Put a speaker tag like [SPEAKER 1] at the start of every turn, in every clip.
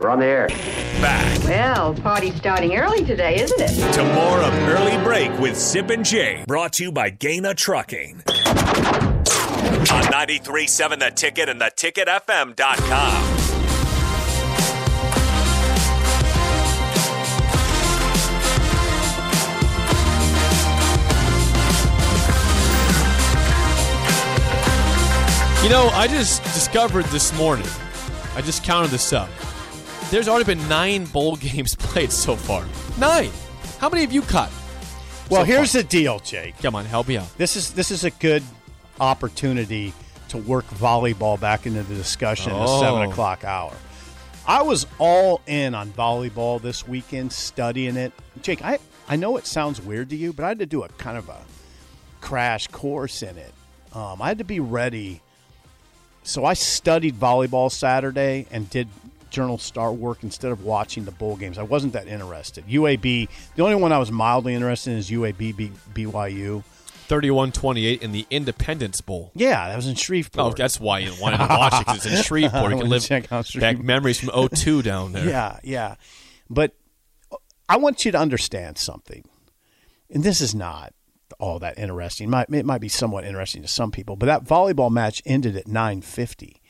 [SPEAKER 1] We're on the air.
[SPEAKER 2] Back
[SPEAKER 3] Well, party's starting early today, isn't it?
[SPEAKER 2] to more of Early Break with Zip and Jay, brought to you by Gaina Trucking. On 93.7 The Ticket and theticketfm.com.
[SPEAKER 4] You know, I just discovered this morning. I just counted this up. There's already been nine bowl games played so far. Nine. How many have you caught?
[SPEAKER 5] Well,
[SPEAKER 4] So
[SPEAKER 5] here's
[SPEAKER 4] far?
[SPEAKER 5] the deal, Jake.
[SPEAKER 4] Come on, help me out.
[SPEAKER 5] This is this is a good opportunity to work volleyball back into the discussion at the
[SPEAKER 4] Oh.
[SPEAKER 5] seven o'clock hour. I was all in on volleyball this weekend, studying it. Jake, I I know it sounds weird to you, but I had to do a kind of a crash course in it. Um, I had to be ready. So I studied volleyball Saturday and did journal star work instead of watching the bowl games. I wasn't that interested. UAB, the only one I was mildly interested in is UAB B- BYU.
[SPEAKER 4] 31-28 in the Independence Bowl.
[SPEAKER 5] Yeah, that was in Shreveport.
[SPEAKER 4] Oh, that's why you wanted to watch it because it's in Shreveport. You
[SPEAKER 5] I
[SPEAKER 4] can
[SPEAKER 5] wanna
[SPEAKER 4] live
[SPEAKER 5] check out
[SPEAKER 4] back
[SPEAKER 5] Shreveport.
[SPEAKER 4] memories from 02 down there.
[SPEAKER 5] Yeah, yeah. But I want you to understand something. And this is not all that interesting. Might- It might be somewhat interesting to some people, but that volleyball match ended at 950.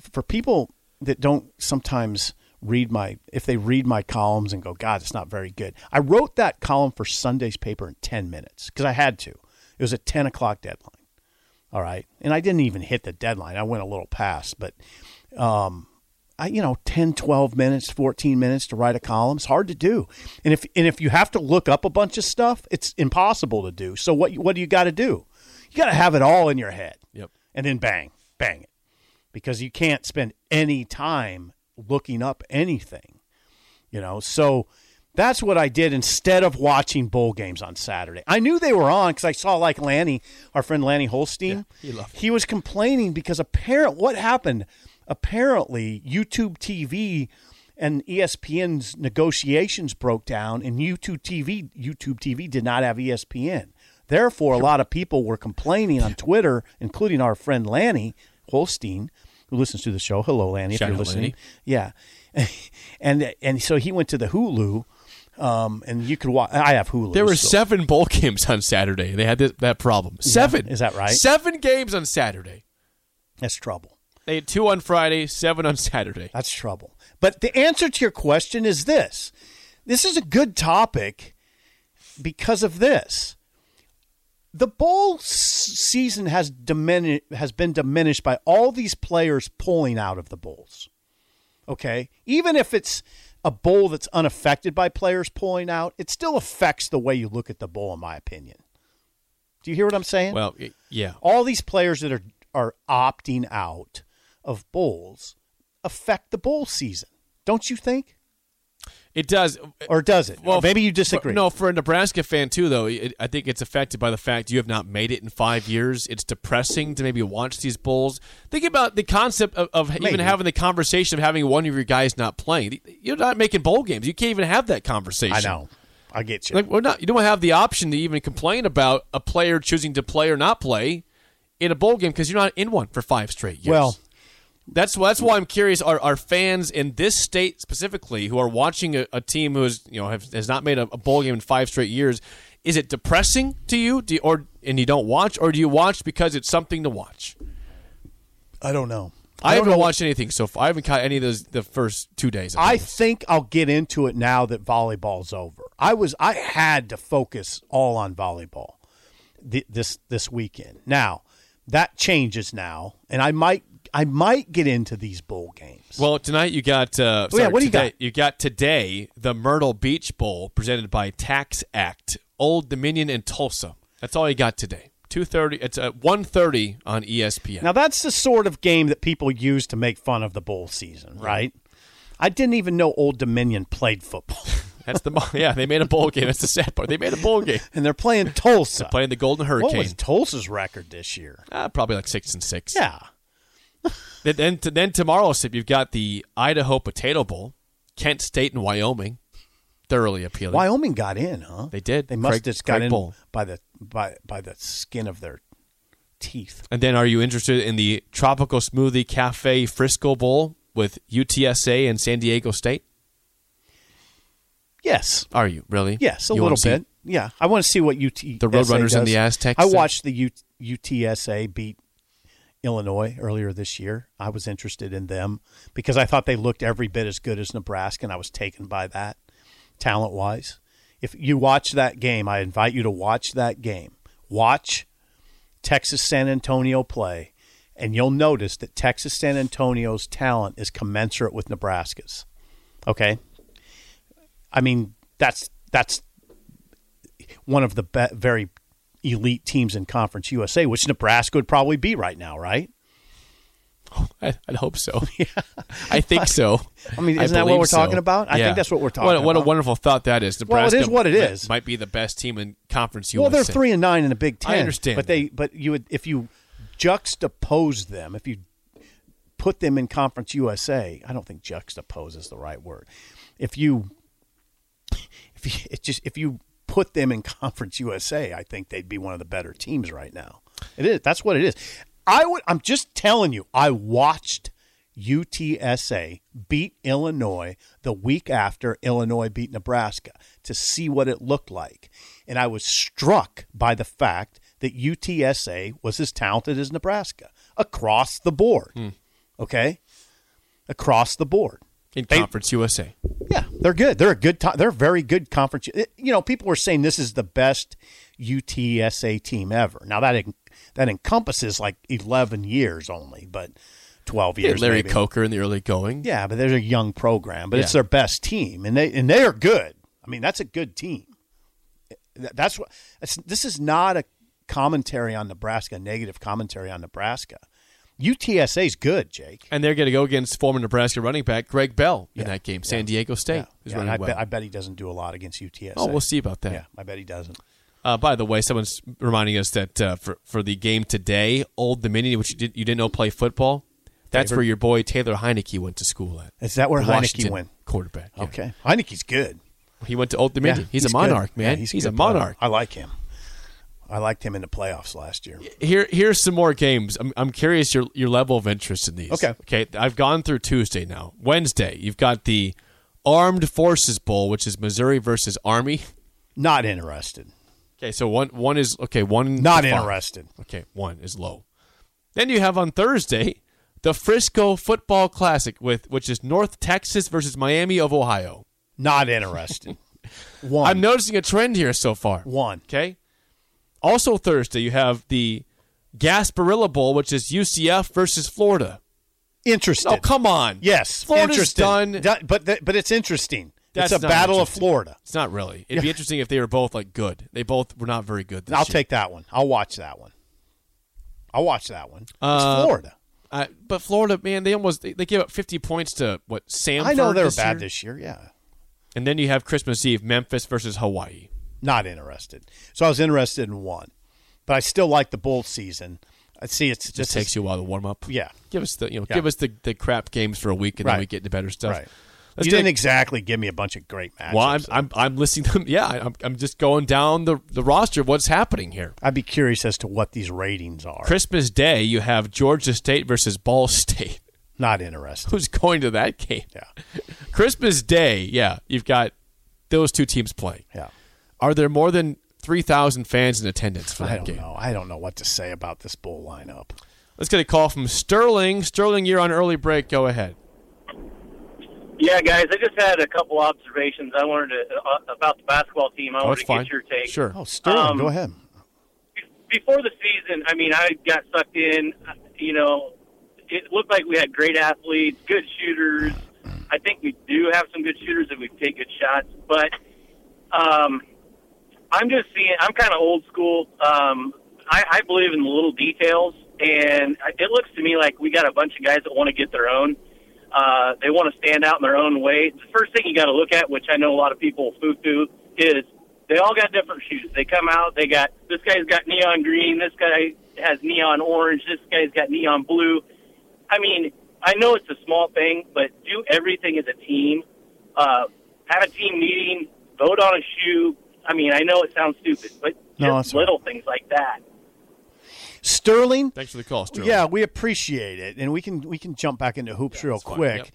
[SPEAKER 5] For people that don't sometimes read my if they read my columns and go god it's not very good i wrote that column for sunday's paper in 10 minutes because i had to it was a 10 o'clock deadline all right and i didn't even hit the deadline i went a little past but I, you know 10 12 minutes 14 minutes to write a column it's hard to do and if and if you have to look up a bunch of stuff it's impossible to do so what what do you got to do you got to have it all in your head
[SPEAKER 4] Yep.
[SPEAKER 5] and then bang bang it because you can't spend any time looking up anything you know so that's what I did instead of watching bowl games on Saturday. I knew they were on because I saw like Lanny, our friend Lanny Holstein.
[SPEAKER 4] Yeah, he loved
[SPEAKER 5] he was complaining because apparent what happened? Apparently, YouTube TV and E ESPN's negotiations broke down, and YouTube TV YouTube TV did not have E ESPN. Therefore, a lot of people were complaining on Twitter, including our friend Lanny Holstein, who listens to the show. Hello, Lanny, if
[SPEAKER 4] Shout
[SPEAKER 5] you're
[SPEAKER 4] out,
[SPEAKER 5] listening.
[SPEAKER 4] Lanny.
[SPEAKER 5] Yeah, and and so he went to the Hulu, um, and you could watch. I have Hulu.
[SPEAKER 4] There were
[SPEAKER 5] so-
[SPEAKER 4] seven bowl games on Saturday. They had this, that problem. Seven.
[SPEAKER 5] is that right?
[SPEAKER 4] Seven games on Saturday.
[SPEAKER 5] That's trouble.
[SPEAKER 4] They had two on Friday, seven on Saturday.
[SPEAKER 5] That's trouble. But the answer to your question is this: this is a good topic because of this. The bowl s- season has diminished has been diminished by all these players pulling out of the bowls. okay? Even if it's a bowl that's unaffected by players pulling out, it still affects the way you look at the bowl, in my opinion. Do you hear what I'm saying?
[SPEAKER 4] Well, y- yeah.
[SPEAKER 5] all these players that are are opting out of bowls affect the bowl season, don't you think?
[SPEAKER 4] It does.
[SPEAKER 5] Or does it?
[SPEAKER 4] Well,
[SPEAKER 5] Well, maybe you
[SPEAKER 4] for-
[SPEAKER 5] disagree.
[SPEAKER 4] no, for a Nebraska fan too, though, it, I think it's affected by the fact you have not made it in five years. It's depressing to maybe watch these bowls. Think about the concept of, of even
[SPEAKER 5] Maybe.
[SPEAKER 4] having the conversation of having one of your guys not playing. You're not making bowl games. You can't even have that conversation.
[SPEAKER 5] I know. I get you.
[SPEAKER 4] Like we're not. You don't have the option to even complain about a player choosing to play or not play in a bowl game because you're not in one for five straight years.
[SPEAKER 5] Well-
[SPEAKER 4] that's that's why I'm curious. Are are fans in this state specifically who are watching a, a team who is you know have, has not made a, a bowl game in five straight years? Is it depressing to you? Do you, or and you don't watch, or do you watch because it's something to watch?
[SPEAKER 5] I don't know.
[SPEAKER 4] I,
[SPEAKER 5] don't
[SPEAKER 4] haven't
[SPEAKER 5] know what-
[SPEAKER 4] watched anything so far. I haven't caught any of those the first two days. of
[SPEAKER 5] I
[SPEAKER 4] this.
[SPEAKER 5] think I'll get into it now that volleyball's over. I was I had to focus all on volleyball thi- this this weekend. Now that changes now, and I might I might get into these bowl games.
[SPEAKER 4] Well, tonight you got. Uh,
[SPEAKER 5] Oh, yeah,
[SPEAKER 4] sorry,
[SPEAKER 5] what do you
[SPEAKER 4] today-
[SPEAKER 5] got?
[SPEAKER 4] You got today the Myrtle Beach Bowl presented by Tax Act, Old Dominion, and Tulsa. That's all you got today. Two thirty. It's at one thirty on E ESPN.
[SPEAKER 5] now that's the sort of game that people use to make fun of the bowl season, right? I didn't even know Old Dominion played football,
[SPEAKER 4] That's the yeah. They made a bowl game. That's the sad part. They made a bowl game
[SPEAKER 5] and they're playing Tulsa.
[SPEAKER 4] playing the Golden
[SPEAKER 5] what was
[SPEAKER 4] Hurricane.
[SPEAKER 5] Tulsa's record this year?
[SPEAKER 4] Ah, probably like six and six.
[SPEAKER 5] Yeah,
[SPEAKER 4] Then then, then tomorrow, Sip, you've got the Idaho Potato Bowl, Kent State and Wyoming. Thoroughly appealing.
[SPEAKER 5] Wyoming got in, huh?
[SPEAKER 4] They did.
[SPEAKER 5] They must
[SPEAKER 4] Craig-
[SPEAKER 5] have just got
[SPEAKER 4] Craig
[SPEAKER 5] in
[SPEAKER 4] Bowl.
[SPEAKER 5] by the by by the skin of their teeth.
[SPEAKER 4] And then, are you interested in the Tropical Smoothie Cafe Frisco Bowl? with UTSA and San Diego State?
[SPEAKER 5] Yes.
[SPEAKER 4] Are you really?
[SPEAKER 5] Yes, a
[SPEAKER 4] You wanna
[SPEAKER 5] little
[SPEAKER 4] see-
[SPEAKER 5] bit. Yeah, I want to see what UT the
[SPEAKER 4] Roadrunners and the Aztecs
[SPEAKER 5] I
[SPEAKER 4] thing?
[SPEAKER 5] watched the U- UTSA beat Illinois earlier this year. I was interested in them because I thought they looked every bit as good as Nebraska, and I was taken by that talent wise. If you watch that game, I invite you to watch that game. Watch Texas San Antonio play, and you'll notice that Texas San Antonio's talent is commensurate with Nebraska's. Okay, I mean that's that's one of the be- very elite teams in Conference USA, which Nebraska would probably be right now, right?
[SPEAKER 4] I, I'd hope so. I think so.
[SPEAKER 5] I mean, isn't that what
[SPEAKER 4] believe
[SPEAKER 5] we're talking about? I think that's what we're talking
[SPEAKER 4] what, What a
[SPEAKER 5] about.
[SPEAKER 4] wonderful thought that is.
[SPEAKER 5] Well, it
[SPEAKER 4] Nebraska
[SPEAKER 5] is what it
[SPEAKER 4] mi-
[SPEAKER 5] is.
[SPEAKER 4] Might be the best team in conference USA.
[SPEAKER 5] Well, they're three and nine in the Big
[SPEAKER 4] I
[SPEAKER 5] Ten.
[SPEAKER 4] understand
[SPEAKER 5] but
[SPEAKER 4] that.
[SPEAKER 5] they but you would if you juxtapose them, if you put them in Conference USA, I don't think juxtapose is the right word. If you if you it just if you put them in Conference USA, I think they'd be one of the better teams right now. It is that's what it is. I would I'm just telling you, I watched UTSA beat Illinois the week after Illinois beat Nebraska to see what it looked like. And I was struck by the fact that UTSA was as talented as Nebraska across the board. Okay? Across the board.
[SPEAKER 4] in
[SPEAKER 5] they-
[SPEAKER 4] conference USA.
[SPEAKER 5] Yeah, they're good. They're a good. To- they're a very good conference. it- you know, people were saying this is the best UTSA team ever. Now that en- that encompasses like eleven years only, but twelve
[SPEAKER 4] They had
[SPEAKER 5] years.
[SPEAKER 4] Larry
[SPEAKER 5] maybe.
[SPEAKER 4] Coker in the early going.
[SPEAKER 5] Yeah, but they're a young program, but it's
[SPEAKER 4] Yeah.
[SPEAKER 5] their best team, and they and they are good. I mean, that's a good team. Th- That's what. It's, this is not a commentary on Nebraska, negative commentary on Nebraska. UTSA is good, Jake.
[SPEAKER 4] And they're going to go against former Nebraska running back Greg Bell in that game. San Diego State is
[SPEAKER 5] Yeah, and
[SPEAKER 4] running
[SPEAKER 5] I,
[SPEAKER 4] well.
[SPEAKER 5] bet, I bet he doesn't do a lot against UTSA.
[SPEAKER 4] oh, we'll see about that.
[SPEAKER 5] Yeah, I bet he doesn't.
[SPEAKER 4] Uh, by the way, someone's reminding us that uh, for for the game today, Old Dominion, which you, did, you didn't know play football, that's where your boy Taylor Heineke went to school at.
[SPEAKER 5] Is that where
[SPEAKER 4] The
[SPEAKER 5] Heineke
[SPEAKER 4] Washington
[SPEAKER 5] went?
[SPEAKER 4] Quarterback. yeah.
[SPEAKER 5] Okay. I think he's good.
[SPEAKER 4] He went to Old Dominion. he's, a monarch,
[SPEAKER 5] good.
[SPEAKER 4] man.
[SPEAKER 5] Yeah,
[SPEAKER 4] he's
[SPEAKER 5] good
[SPEAKER 4] a
[SPEAKER 5] player.
[SPEAKER 4] monarch.
[SPEAKER 5] I like him. I liked him in the playoffs last year.
[SPEAKER 4] Here, here's some more games. I'm, I'm curious your your level of interest in these.
[SPEAKER 5] Okay.
[SPEAKER 4] Okay. I've gone through Tuesday now. Wednesday, you've got the Armed Forces Bowl, which is Missouri versus Army.
[SPEAKER 5] Not interested.
[SPEAKER 4] Okay, so one one is okay. One
[SPEAKER 5] Not
[SPEAKER 4] to five.
[SPEAKER 5] interested.
[SPEAKER 4] Okay, one is low. Then you have on Thursday the Frisco Football Classic with which is North Texas versus Miami of Ohio.
[SPEAKER 5] Not interested. One.
[SPEAKER 4] I'm noticing a trend here so far.
[SPEAKER 5] one.
[SPEAKER 4] Okay. Also Thursday you have the Gasparilla Bowl, which is UCF versus Florida.
[SPEAKER 5] Interested.
[SPEAKER 4] Oh come on!
[SPEAKER 5] yes.
[SPEAKER 4] Florida's
[SPEAKER 5] interested.
[SPEAKER 4] done.
[SPEAKER 5] Done- but th- but it's interesting.
[SPEAKER 4] That's
[SPEAKER 5] it's a
[SPEAKER 4] not
[SPEAKER 5] battle of
[SPEAKER 4] interesting.
[SPEAKER 5] Florida.
[SPEAKER 4] It's not really. It'd be interesting if they were both like good. They both were not very good. This
[SPEAKER 5] I'll
[SPEAKER 4] year.
[SPEAKER 5] take that one. I'll watch that one. I'll watch that one.
[SPEAKER 4] Uh,
[SPEAKER 5] it's Florida.
[SPEAKER 4] Uh, but Florida, man, they almost they, they gave up 50 points to what Sam.
[SPEAKER 5] I know they're
[SPEAKER 4] this
[SPEAKER 5] bad
[SPEAKER 4] year?
[SPEAKER 5] this year. Yeah.
[SPEAKER 4] And then you have Christmas Eve, Memphis versus Hawaii.
[SPEAKER 5] not interested. So I was interested in one, but I still like the bull season. I see it's
[SPEAKER 4] Just
[SPEAKER 5] this
[SPEAKER 4] takes
[SPEAKER 5] is-
[SPEAKER 4] you a while to warm up.
[SPEAKER 5] Yeah,
[SPEAKER 4] Give us the you know
[SPEAKER 5] Yeah.
[SPEAKER 4] give us the, the crap games for a week and then
[SPEAKER 5] Right.
[SPEAKER 4] we get into better stuff.
[SPEAKER 5] right.
[SPEAKER 4] Let's
[SPEAKER 5] you
[SPEAKER 4] take-
[SPEAKER 5] didn't exactly give me a bunch of great matches.
[SPEAKER 4] well, I'm, I'm I'm listing them. Yeah, I'm, I'm just going down the the roster of what's happening here.
[SPEAKER 5] I'd be curious as to what these ratings are.
[SPEAKER 4] Christmas Day, you have Georgia State versus Ball State.
[SPEAKER 5] Not interested.
[SPEAKER 4] Who's going to that game?
[SPEAKER 5] Yeah,
[SPEAKER 4] Christmas Day, yeah, you've got those two teams playing.
[SPEAKER 5] yeah.
[SPEAKER 4] Are there more than three thousand fans in attendance for that
[SPEAKER 5] I don't
[SPEAKER 4] game?
[SPEAKER 5] know. I don't know what to say about this bull lineup.
[SPEAKER 4] Let's get a call from Sterling. Sterling, you're on early break. Go ahead.
[SPEAKER 1] Yeah, guys, I just had a couple observations I wanted to uh, about the basketball team. I
[SPEAKER 4] Oh,
[SPEAKER 1] wanted
[SPEAKER 4] it's
[SPEAKER 1] to
[SPEAKER 4] fine.
[SPEAKER 1] get your take.
[SPEAKER 4] Sure.
[SPEAKER 5] Oh, Sterling,
[SPEAKER 1] Um,
[SPEAKER 5] go ahead.
[SPEAKER 1] Before the season, I mean, I got sucked in. You know, it looked like we had great athletes, good shooters. I think we do have some good shooters if we take good shots, but um, I'm just seeing. I'm kind of old school. Um, I, I believe in the little details, and I- it looks to me like we got a bunch of guys that want to get their own. Uh, they want to stand out in their own way. The first thing you got to look at, which I know a lot of people foo foo, is they all got different shoes. They come out. They got this guy's got neon green. This guy has neon orange. This guy's got neon blue. I mean, I know it's a small thing, but do everything as a team. Uh, have a team meeting, vote on a shoe. I mean, I know it sounds stupid, but
[SPEAKER 5] No, that's
[SPEAKER 1] just
[SPEAKER 5] all right.
[SPEAKER 1] little things like that.
[SPEAKER 5] Sterling.
[SPEAKER 4] Thanks for the call, Sterling.
[SPEAKER 5] Yeah, we appreciate it, and we can we can jump back into hoops real
[SPEAKER 4] fine.
[SPEAKER 5] quick.
[SPEAKER 4] Yep.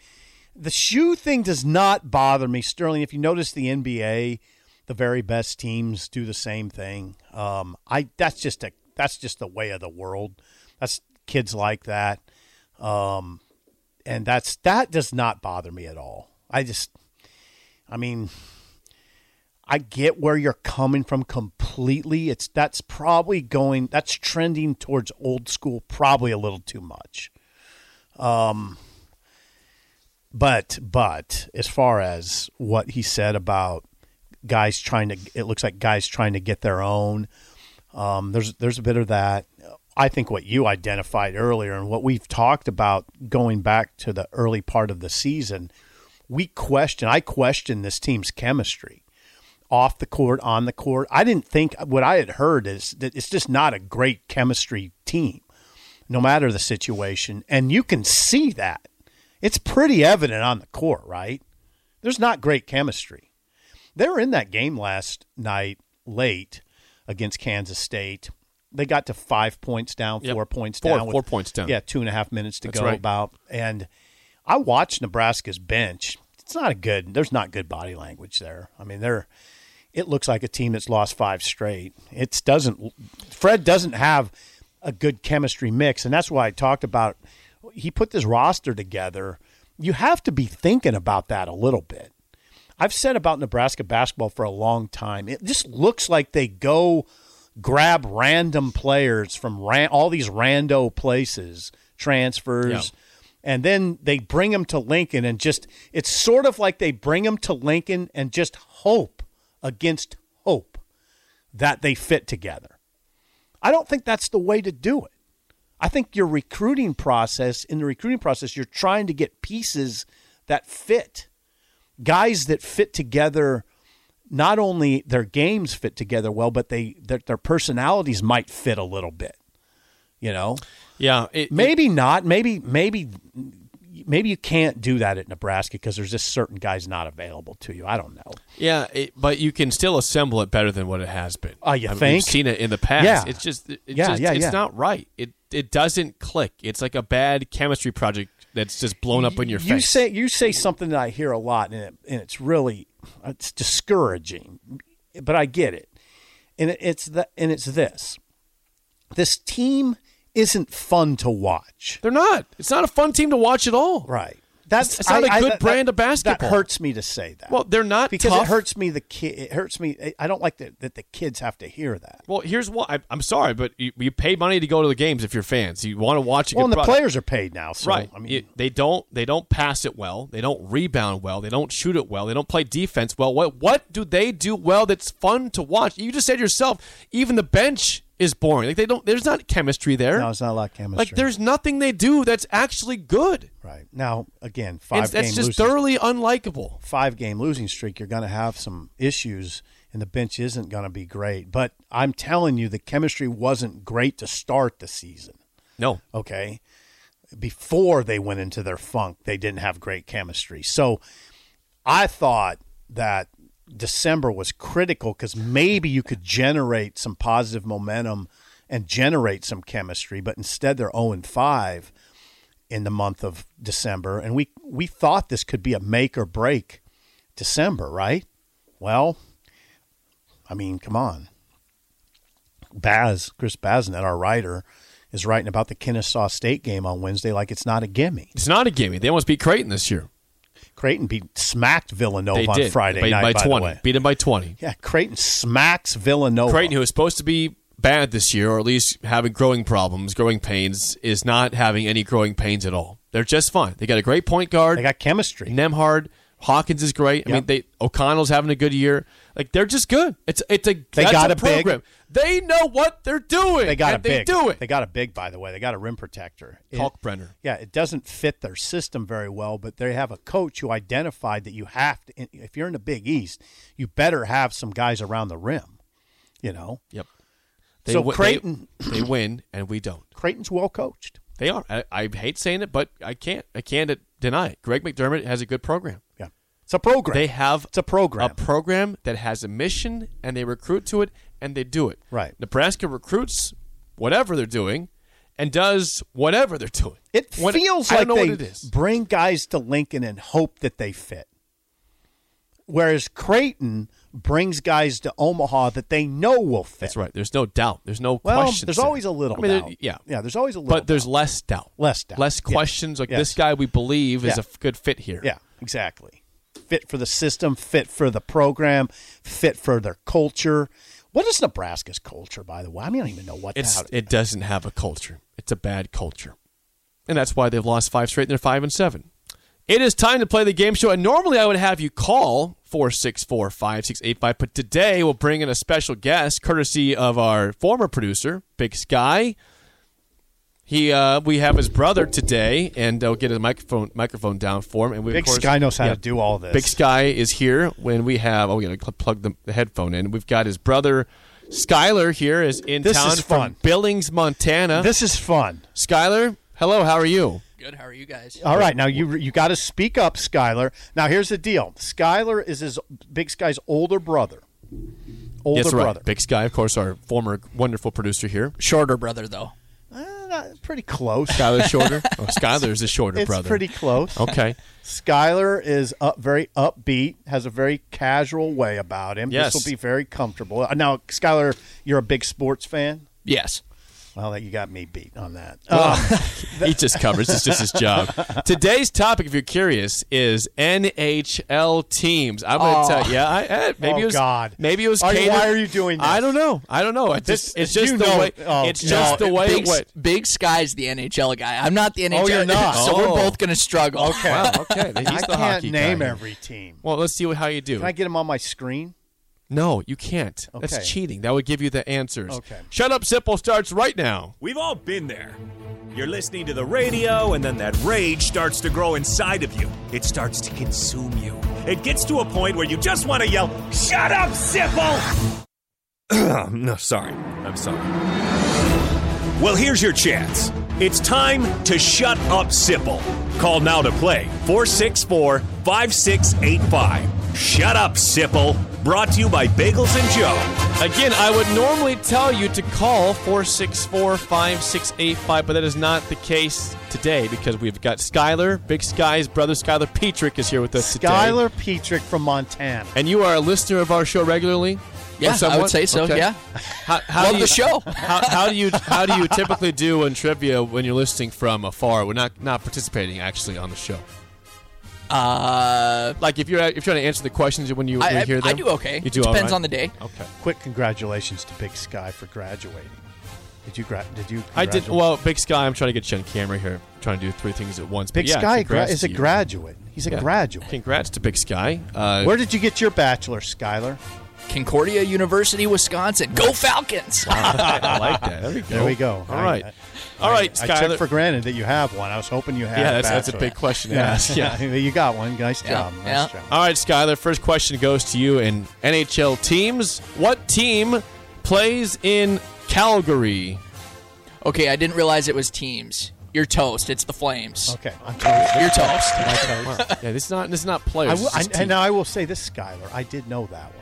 [SPEAKER 5] The shoe thing does not bother me, Sterling. If you notice, the NBA, the very best teams do the same thing. Um, I that's just a that's just the way of the world. That's kids like that, um, and that's that does not bother me at all. I just, I mean. I get where you're coming from completely. It's that's probably going that's trending towards old school probably a little too much. Um but but as far as what he said about guys trying to it looks like guys trying to get their own um there's there's a bit of that. I think what you identified earlier and what we've talked about going back to the early part of the season, we question I question this team's chemistry off the court, on the court. I didn't think what I had heard is that it's just not a great chemistry team, no matter the situation. And you can see that. It's pretty evident on the court, right? There's not great chemistry. They were in that game last night late against Kansas State. They got to five points down,
[SPEAKER 4] Yep.
[SPEAKER 5] four points
[SPEAKER 4] Four-
[SPEAKER 5] down.
[SPEAKER 4] four points down.
[SPEAKER 5] Yeah, two and a half minutes to
[SPEAKER 4] That's
[SPEAKER 5] go
[SPEAKER 4] right.
[SPEAKER 5] about. And I watched Nebraska's bench. It's not a good. There's not good body language there. I mean, they're. It looks like a team that's lost five straight. It doesn't. Fred doesn't have a good chemistry mix, and that's why I talked about. He put this roster together. You have to be thinking about that a little bit. I've said about Nebraska basketball for a long time. It just looks like they go grab random players from ran- all these rando places, transfers, and then they bring them to Lincoln and just it's sort of like they bring them to Lincoln and just hope against hope that they fit together. I don't think that's the way to do it. I think your recruiting process, in the recruiting process, you're trying to get pieces that fit guys that fit together not only their games fit together well but they their, their personalities might fit a little bit you know
[SPEAKER 4] Yeah, it,
[SPEAKER 5] maybe not maybe maybe maybe you can't do that at nebraska because there's just certain guys not available to you i don't know
[SPEAKER 4] yeah, it, but you can still assemble it better than what it has been.
[SPEAKER 5] Oh, you
[SPEAKER 4] I mean, We've
[SPEAKER 5] think?
[SPEAKER 4] seen it in the past.
[SPEAKER 5] Yeah.
[SPEAKER 4] it's just, it, it
[SPEAKER 5] Yeah,
[SPEAKER 4] just
[SPEAKER 5] yeah,
[SPEAKER 4] it's
[SPEAKER 5] yeah.
[SPEAKER 4] not right. It it doesn't click. It's like a bad chemistry project that's just blown up in your
[SPEAKER 5] you
[SPEAKER 4] face.
[SPEAKER 5] say you say something that I hear a lot, and, it, and it's really it's discouraging, but I get it, and it, it's the and it's this. This team isn't fun to watch,
[SPEAKER 4] They're not. It's not a fun team to watch at all.
[SPEAKER 5] right? That's
[SPEAKER 4] It's not
[SPEAKER 5] a
[SPEAKER 4] a good brand of basketball.
[SPEAKER 5] That hurts me to say that.
[SPEAKER 4] Well, they're not
[SPEAKER 5] because
[SPEAKER 4] tough.
[SPEAKER 5] it hurts me. The kid, it hurts me. I- I don't like that that the kids have to hear that.
[SPEAKER 4] Well, here's what I, I'm sorry, but you, you pay money to go to the games if you're fans. You want to watch a good
[SPEAKER 5] Well, and the
[SPEAKER 4] product.
[SPEAKER 5] players are paid now, so
[SPEAKER 4] right.
[SPEAKER 5] I mean,
[SPEAKER 4] You- they don't they don't pass it well. They don't rebound well. They don't shoot it well. They don't play defense well. What what do they do well that's fun to watch? You just said yourself, even the bench is boring. Like they don't there's not chemistry there.
[SPEAKER 5] no, it's not a lot of chemistry.
[SPEAKER 4] like there's nothing they do that's actually good.
[SPEAKER 5] right now again five
[SPEAKER 4] It's,
[SPEAKER 5] game
[SPEAKER 4] that's just
[SPEAKER 5] losing
[SPEAKER 4] thoroughly unlikable.
[SPEAKER 5] five game losing streak, you're going to have some issues, and the bench isn't going to be great. But I'm telling you, the chemistry wasn't great to start the season.
[SPEAKER 4] No.
[SPEAKER 5] Okay. Before they went into their funk, they didn't have great chemistry. So I thought that December was critical because maybe you could generate some positive momentum and generate some chemistry, but instead they're 0 and 5 in the month of December. And we, we thought this could be a make or break December, right? Well, I mean, come on. Baz, Chris Bazinet, our writer, is writing about the Kennesaw State game on Wednesday like it's not a gimme.
[SPEAKER 4] It's not a gimme. They almost beat Creighton this year.
[SPEAKER 5] Creighton beat smacked Villanova
[SPEAKER 4] They
[SPEAKER 5] Oh, on
[SPEAKER 4] did
[SPEAKER 5] Friday
[SPEAKER 4] By-
[SPEAKER 5] night
[SPEAKER 4] by
[SPEAKER 5] by the
[SPEAKER 4] 20.
[SPEAKER 5] way.
[SPEAKER 4] beat them by 20.
[SPEAKER 5] Yeah, Creighton smacks Villanova.
[SPEAKER 4] Creighton, who is supposed to be bad this year, or at least having growing problems, growing pains, is not having any growing pains at all. They're just fine. They got a great point guard.
[SPEAKER 5] they got chemistry.
[SPEAKER 4] Nemhard. Hawkins is great. I mean,
[SPEAKER 5] Yep.
[SPEAKER 4] they O'Connell's having a good year. Like they're just good. It's it's a
[SPEAKER 5] They
[SPEAKER 4] that's
[SPEAKER 5] got
[SPEAKER 4] a
[SPEAKER 5] a big-
[SPEAKER 4] program. They know what they're doing.
[SPEAKER 5] They got
[SPEAKER 4] and
[SPEAKER 5] a big.
[SPEAKER 4] They do it.
[SPEAKER 5] They got a big. By the way, they got a rim protector. It-
[SPEAKER 4] Kalkbrenner.
[SPEAKER 5] yeah, it doesn't fit their system very well, but they have a coach who identified that you have to. If you're in the Big East, you better have some guys around the rim. You know,
[SPEAKER 4] Yep. They
[SPEAKER 5] So
[SPEAKER 4] win- they-
[SPEAKER 5] Creighton-
[SPEAKER 4] they win and we don't.
[SPEAKER 5] Creighton's well coached.
[SPEAKER 4] They are. I, I hate saying it, but I can't. I can't deny it. Greg McDermott has a good program.
[SPEAKER 5] Yeah, it's a program.
[SPEAKER 4] They have
[SPEAKER 5] It's a program.
[SPEAKER 4] a program that has a mission and they recruit to it and they do it.
[SPEAKER 5] Right.
[SPEAKER 4] Nebraska recruits whatever they're doing and does whatever they're doing.
[SPEAKER 5] It
[SPEAKER 4] What-
[SPEAKER 5] feels
[SPEAKER 4] I
[SPEAKER 5] like
[SPEAKER 4] don't know
[SPEAKER 5] they
[SPEAKER 4] what it is.
[SPEAKER 5] bring guys to Lincoln and hope that they fit. Whereas Creighton brings guys to Omaha that they know will fit.
[SPEAKER 4] That's right. There's no doubt. There's no
[SPEAKER 5] Well,
[SPEAKER 4] questions.
[SPEAKER 5] there's
[SPEAKER 4] there.
[SPEAKER 5] always a little
[SPEAKER 4] I mean, there-
[SPEAKER 5] doubt.
[SPEAKER 4] Yeah.
[SPEAKER 5] Yeah, there's always a little.
[SPEAKER 4] But there's less doubt.
[SPEAKER 5] Less doubt.
[SPEAKER 4] Less
[SPEAKER 5] Yes.
[SPEAKER 4] questions. Like
[SPEAKER 5] Yes.
[SPEAKER 4] this guy we believe is
[SPEAKER 5] Yeah.
[SPEAKER 4] a f- good fit here.
[SPEAKER 5] Yeah, exactly. Fit for the system, fit for the program, fit for their culture. What is Nebraska's culture, by the way? I mean, I don't even know what
[SPEAKER 4] It's
[SPEAKER 5] that
[SPEAKER 4] it doesn't have a culture. It's a bad culture. And that's why they've lost five straight and they're five and seven. It is time to play the game show, and normally I would have you call 464 5685, but today we'll bring in a special guest, courtesy of our former producer, Big Sky. He, uh, we have his brother today, and uh, we'll get his microphone microphone down for him. And we, of
[SPEAKER 5] Big
[SPEAKER 4] course-
[SPEAKER 5] Sky knows how
[SPEAKER 4] Yeah.
[SPEAKER 5] to do all this.
[SPEAKER 4] Big Sky is here when we have. Oh, we're gonna cl- plug the, the headphone in. We've got his brother Skyler here is in
[SPEAKER 5] This
[SPEAKER 4] town
[SPEAKER 5] is
[SPEAKER 4] from
[SPEAKER 5] fun.
[SPEAKER 4] Billings, Montana.
[SPEAKER 5] This is fun.
[SPEAKER 4] Skyler, hello. How are you?
[SPEAKER 6] Good. How are you guys?
[SPEAKER 5] All right, now you you got to speak up, Skyler. Now here's the deal: Skyler is his Big Sky's older brother. Older
[SPEAKER 4] That's right.
[SPEAKER 5] brother.
[SPEAKER 4] Big Sky, of course, our former wonderful producer here.
[SPEAKER 6] Shorter brother though.
[SPEAKER 5] Eh, not- pretty close.
[SPEAKER 4] Skyler's shorter. oh, Skyler's the shorter
[SPEAKER 5] it's
[SPEAKER 4] brother.
[SPEAKER 5] pretty close.
[SPEAKER 4] Okay.
[SPEAKER 5] Skyler is up, very upbeat, has a very casual way about him.
[SPEAKER 4] Yes.
[SPEAKER 5] This will be very comfortable. Uh, Now, Skyler, you're a big sports fan.
[SPEAKER 6] Yes.
[SPEAKER 5] Well, that you got me beat on that. Um,
[SPEAKER 4] he just covers. It's just his job. Today's topic, if you're curious, is NHL teams. I'm going to tell. Yeah, I, eh, maybe
[SPEAKER 5] Oh,
[SPEAKER 4] it was.
[SPEAKER 5] God.
[SPEAKER 4] Maybe it was.
[SPEAKER 5] Are you-
[SPEAKER 4] catered-
[SPEAKER 5] why are you doing this?
[SPEAKER 4] I don't know. I don't know. It's
[SPEAKER 5] This-
[SPEAKER 4] just. It's
[SPEAKER 5] you
[SPEAKER 4] just the
[SPEAKER 5] know-
[SPEAKER 4] way.
[SPEAKER 5] oh,
[SPEAKER 4] it's just
[SPEAKER 5] no.
[SPEAKER 4] the way.
[SPEAKER 6] Big,
[SPEAKER 4] it went.
[SPEAKER 6] Big Sky's the NHL guy. I'm not the NHL.
[SPEAKER 5] you're not.
[SPEAKER 6] so
[SPEAKER 4] Oh.
[SPEAKER 6] we're both gonna struggle.
[SPEAKER 5] okay.
[SPEAKER 4] Wow. Okay. He's
[SPEAKER 5] I
[SPEAKER 4] the
[SPEAKER 5] can't
[SPEAKER 4] hockey
[SPEAKER 5] name
[SPEAKER 4] guy.
[SPEAKER 5] every team.
[SPEAKER 4] Well, let's see what, how you do.
[SPEAKER 5] Can I get him on my screen?
[SPEAKER 4] No, you can't.
[SPEAKER 5] Okay.
[SPEAKER 4] That's cheating. That would give you the answers.
[SPEAKER 5] Okay.
[SPEAKER 4] Shut up, Simple starts right now.
[SPEAKER 2] We've all been there. You're listening to the radio, and then that rage starts to grow inside of you. It starts to consume you. It gets to a point where you just want to yell, Shut up, Sipple! no, sorry. I'm sorry. Well, here's your chance. It's time to shut up, Sipple. Call now to play 464 5685. Shut up, Sipple. Brought to you by Bagels and Joe.
[SPEAKER 4] Again, I would normally tell you to call 464 5685, but that is not the case today because we've got Skyler, Big Sky's brother Skyler Petrick is here with us today.
[SPEAKER 5] Skyler Petrick from Montana.
[SPEAKER 4] And you are a listener of our show regularly?
[SPEAKER 6] Yeah,
[SPEAKER 4] Or
[SPEAKER 6] I
[SPEAKER 4] somewhat?
[SPEAKER 6] would say so,
[SPEAKER 4] Okay.
[SPEAKER 6] yeah.
[SPEAKER 4] How, how
[SPEAKER 6] Love
[SPEAKER 4] do you,
[SPEAKER 6] the show.
[SPEAKER 4] How, how do you how do you typically do in trivia when you're listening from afar? We're not not participating actually on the show.
[SPEAKER 6] Uh,
[SPEAKER 4] Like if you're if you're trying to answer the questions when you, when
[SPEAKER 6] I,
[SPEAKER 4] you
[SPEAKER 6] I,
[SPEAKER 4] hear them,
[SPEAKER 6] I do okay.
[SPEAKER 4] You do
[SPEAKER 6] it
[SPEAKER 4] all
[SPEAKER 6] depends
[SPEAKER 4] right?
[SPEAKER 6] on the day.
[SPEAKER 4] Okay.
[SPEAKER 5] Quick congratulations to Big Sky for graduating. Did you gra- did you
[SPEAKER 4] I did
[SPEAKER 5] congratulate-
[SPEAKER 4] well. Big Sky, I'm trying to get you on camera here. I'm trying to do three things at once. but
[SPEAKER 5] Big
[SPEAKER 4] yeah,
[SPEAKER 5] Sky gra-
[SPEAKER 4] congrats
[SPEAKER 5] is
[SPEAKER 4] to
[SPEAKER 5] a
[SPEAKER 4] you.
[SPEAKER 5] graduate. He's a
[SPEAKER 4] Yeah.
[SPEAKER 5] graduate.
[SPEAKER 4] Congrats to Big Sky. Uh,
[SPEAKER 5] Where did you get your bachelor, Skyler?
[SPEAKER 6] Concordia University, Wisconsin. Go Falcons!
[SPEAKER 4] I like that. There we go.
[SPEAKER 5] There we go.
[SPEAKER 4] All
[SPEAKER 5] I-
[SPEAKER 4] right.
[SPEAKER 5] I-
[SPEAKER 4] All right,
[SPEAKER 5] I
[SPEAKER 4] Skyler.
[SPEAKER 5] took for granted that you have one. I was hoping you had.
[SPEAKER 4] yeah,
[SPEAKER 5] a
[SPEAKER 4] that's, that's a big
[SPEAKER 5] bachelorette.
[SPEAKER 4] question to
[SPEAKER 5] Yeah,
[SPEAKER 4] ask. Uh, Yeah.
[SPEAKER 5] you got one. Nice job.
[SPEAKER 6] Yeah,
[SPEAKER 5] Nice
[SPEAKER 6] yeah.
[SPEAKER 5] job.
[SPEAKER 4] All right, Skyler. First question goes to you in NHL teams. What team plays in Calgary?
[SPEAKER 6] okay, I didn't realize it was teams. You're toast. It's the Flames.
[SPEAKER 5] Okay, I'm totally.
[SPEAKER 6] You're toast.
[SPEAKER 4] yeah, this is not this is not
[SPEAKER 5] I
[SPEAKER 4] players.
[SPEAKER 5] will,
[SPEAKER 4] this
[SPEAKER 5] I,
[SPEAKER 4] is
[SPEAKER 5] and
[SPEAKER 4] team.
[SPEAKER 5] now I will say this, Skyler. I did know that one.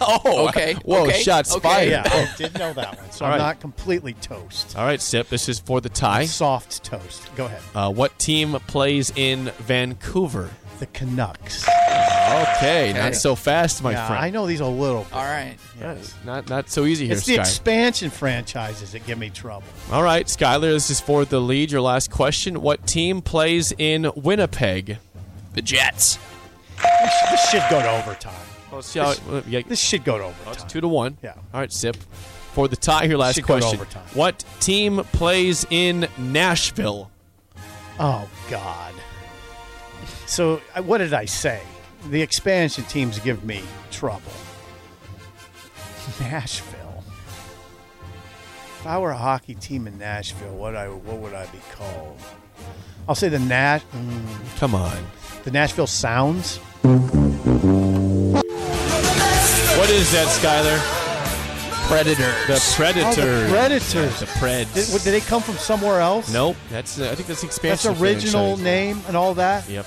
[SPEAKER 6] Oh, okay.
[SPEAKER 4] Whoa,
[SPEAKER 6] okay,
[SPEAKER 4] shots
[SPEAKER 6] okay.
[SPEAKER 4] fired.
[SPEAKER 5] Yeah, I did know that one. So
[SPEAKER 4] All
[SPEAKER 5] I'm
[SPEAKER 4] right.
[SPEAKER 5] not completely toast.
[SPEAKER 4] All right, Sip. This is for the tie.
[SPEAKER 5] Soft toast. Go ahead.
[SPEAKER 4] Uh, what team plays in Vancouver?
[SPEAKER 5] The Canucks.
[SPEAKER 4] Okay, not so fast, my
[SPEAKER 5] Yeah,
[SPEAKER 4] friend. Uh,
[SPEAKER 5] I know these a little. Bit.
[SPEAKER 6] All right.
[SPEAKER 5] Yes.
[SPEAKER 4] Not not so easy here,
[SPEAKER 5] It's the
[SPEAKER 4] Skyler.
[SPEAKER 5] expansion franchises that give me trouble.
[SPEAKER 4] All right, Skyler, this is for the lead. Your last question: What team plays in Winnipeg?
[SPEAKER 6] The Jets.
[SPEAKER 5] This sh- This should go to overtime.
[SPEAKER 4] Let's see how it- well, yeah,
[SPEAKER 5] This should go to
[SPEAKER 4] it's
[SPEAKER 5] overtime.
[SPEAKER 4] two to one.
[SPEAKER 5] Yeah.
[SPEAKER 4] All right, sip for the tie. Your last
[SPEAKER 5] Should go to
[SPEAKER 4] question:
[SPEAKER 5] overtime.
[SPEAKER 4] What team plays in Nashville?
[SPEAKER 5] Oh God. So I- what did I say? The expansion teams give me trouble. Nashville. If I were a hockey team in Nashville, what I what would I be called? I'll say the Nash
[SPEAKER 4] Come on,
[SPEAKER 5] the Nashville Sounds.
[SPEAKER 4] what is that, Skyler?
[SPEAKER 6] Predators.
[SPEAKER 4] The
[SPEAKER 5] Oh,
[SPEAKER 4] Predators.
[SPEAKER 5] the Predators.
[SPEAKER 4] The Preds.
[SPEAKER 5] Did, what, did they come from somewhere else?
[SPEAKER 4] nope, that's uh, I think that's the
[SPEAKER 5] That's
[SPEAKER 4] expansion.
[SPEAKER 5] original
[SPEAKER 4] franchise.
[SPEAKER 5] name and all that.
[SPEAKER 4] Yep.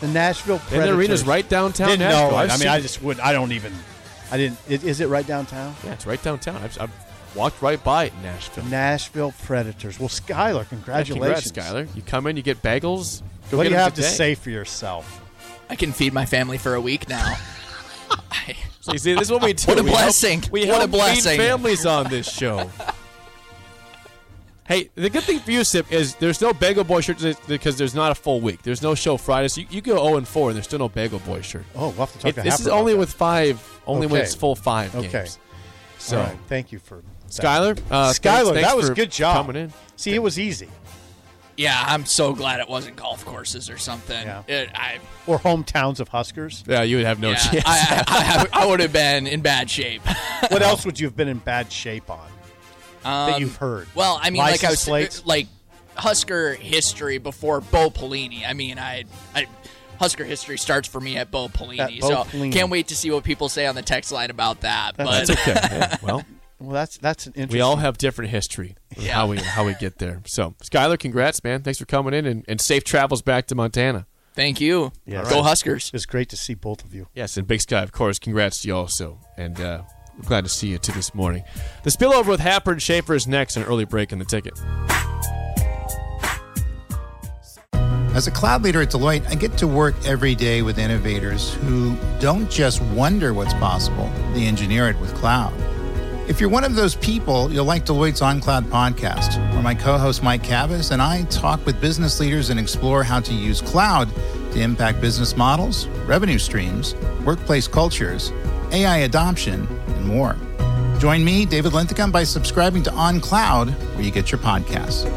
[SPEAKER 5] The Nashville
[SPEAKER 4] And
[SPEAKER 5] Predators.
[SPEAKER 4] the arena's right downtown.
[SPEAKER 5] Didn't
[SPEAKER 4] Nashville.
[SPEAKER 5] know.
[SPEAKER 4] I've
[SPEAKER 5] I mean,
[SPEAKER 4] seen-
[SPEAKER 5] I just would. I don't even. I didn't. i- Is it right downtown?
[SPEAKER 4] yeah, it's right downtown. I've, I've walked right by it in Nashville.
[SPEAKER 5] Nashville Predators. Well, Skyler, congratulations.
[SPEAKER 4] Congrats, Skyler. You come in, you get bagels. Go
[SPEAKER 5] What
[SPEAKER 4] get
[SPEAKER 5] do you
[SPEAKER 4] 'em
[SPEAKER 5] have
[SPEAKER 4] today.
[SPEAKER 5] to say for yourself?
[SPEAKER 6] I can feed my family for a week now.
[SPEAKER 4] So you see, this is what we do.
[SPEAKER 6] What a
[SPEAKER 4] We help-
[SPEAKER 6] blessing.
[SPEAKER 4] we
[SPEAKER 6] What a
[SPEAKER 4] help feed
[SPEAKER 6] blessing.
[SPEAKER 4] families on this show. hey, the good thing for you, Sip, is there's no Bagel Boy shirt today because there's not a full week. There's no show Friday, so you, you go 0 and 4, and there's still no Bagel Boy shirt.
[SPEAKER 5] Oh, we'll have to talk
[SPEAKER 4] It-
[SPEAKER 5] to
[SPEAKER 4] this
[SPEAKER 5] Happer
[SPEAKER 4] is
[SPEAKER 5] about
[SPEAKER 4] only
[SPEAKER 5] that.
[SPEAKER 4] with five, only when
[SPEAKER 5] Okay.
[SPEAKER 4] it's full five
[SPEAKER 5] Okay.
[SPEAKER 4] games. So,
[SPEAKER 5] All right, thank you for
[SPEAKER 4] Skyler, uh,
[SPEAKER 5] Skyler,
[SPEAKER 4] thanks- thanks
[SPEAKER 5] that was
[SPEAKER 4] for
[SPEAKER 5] good job
[SPEAKER 4] coming in.
[SPEAKER 5] See, it was easy
[SPEAKER 6] Yeah, I'm so glad it wasn't golf courses or something.
[SPEAKER 5] Yeah.
[SPEAKER 6] It- I,
[SPEAKER 5] or hometowns of Huskers.
[SPEAKER 4] Yeah, you would have no
[SPEAKER 6] yeah,
[SPEAKER 4] chance.
[SPEAKER 6] I, I, I, I would have been in bad shape.
[SPEAKER 5] what else would you have been in bad shape on that you've heard?
[SPEAKER 6] Um, Well, I mean, like I was uh,
[SPEAKER 5] License plates?
[SPEAKER 6] like Husker history before Bo Pelini. I mean, I, I Husker history starts for me at Bo Pelini.
[SPEAKER 5] At Bo
[SPEAKER 6] so
[SPEAKER 5] Pelini.
[SPEAKER 6] can't wait to see what people say on the text line about that.
[SPEAKER 4] That's
[SPEAKER 6] but
[SPEAKER 4] okay. Yeah, well,
[SPEAKER 5] well, that's that's an interesting.
[SPEAKER 4] we all have different history of how we how we get there. So, Skyler, congrats, man. Thanks for coming in, and, and safe travels back to Montana.
[SPEAKER 6] thank you.
[SPEAKER 5] Yes.
[SPEAKER 6] Go Huskers.
[SPEAKER 5] It's great to see both of you.
[SPEAKER 4] Yes, and Big Sky, of course. Congrats to you also, and uh, we're glad to see you too this morning. The spillover with Happer and Schaefer is next. An early break in the ticket.
[SPEAKER 7] As a cloud leader at Deloitte, I get to work every day with innovators who don't just wonder what's possible, they engineer it with cloud. If you're one of those people, you'll like Deloitte's On Cloud podcast, where my co host Mike Cavas and I talk with business leaders and explore how to use cloud to impact business models, revenue streams, workplace cultures, AI adoption, and more. Join me, David Linthicum, by subscribing to On Cloud, where you get your podcasts.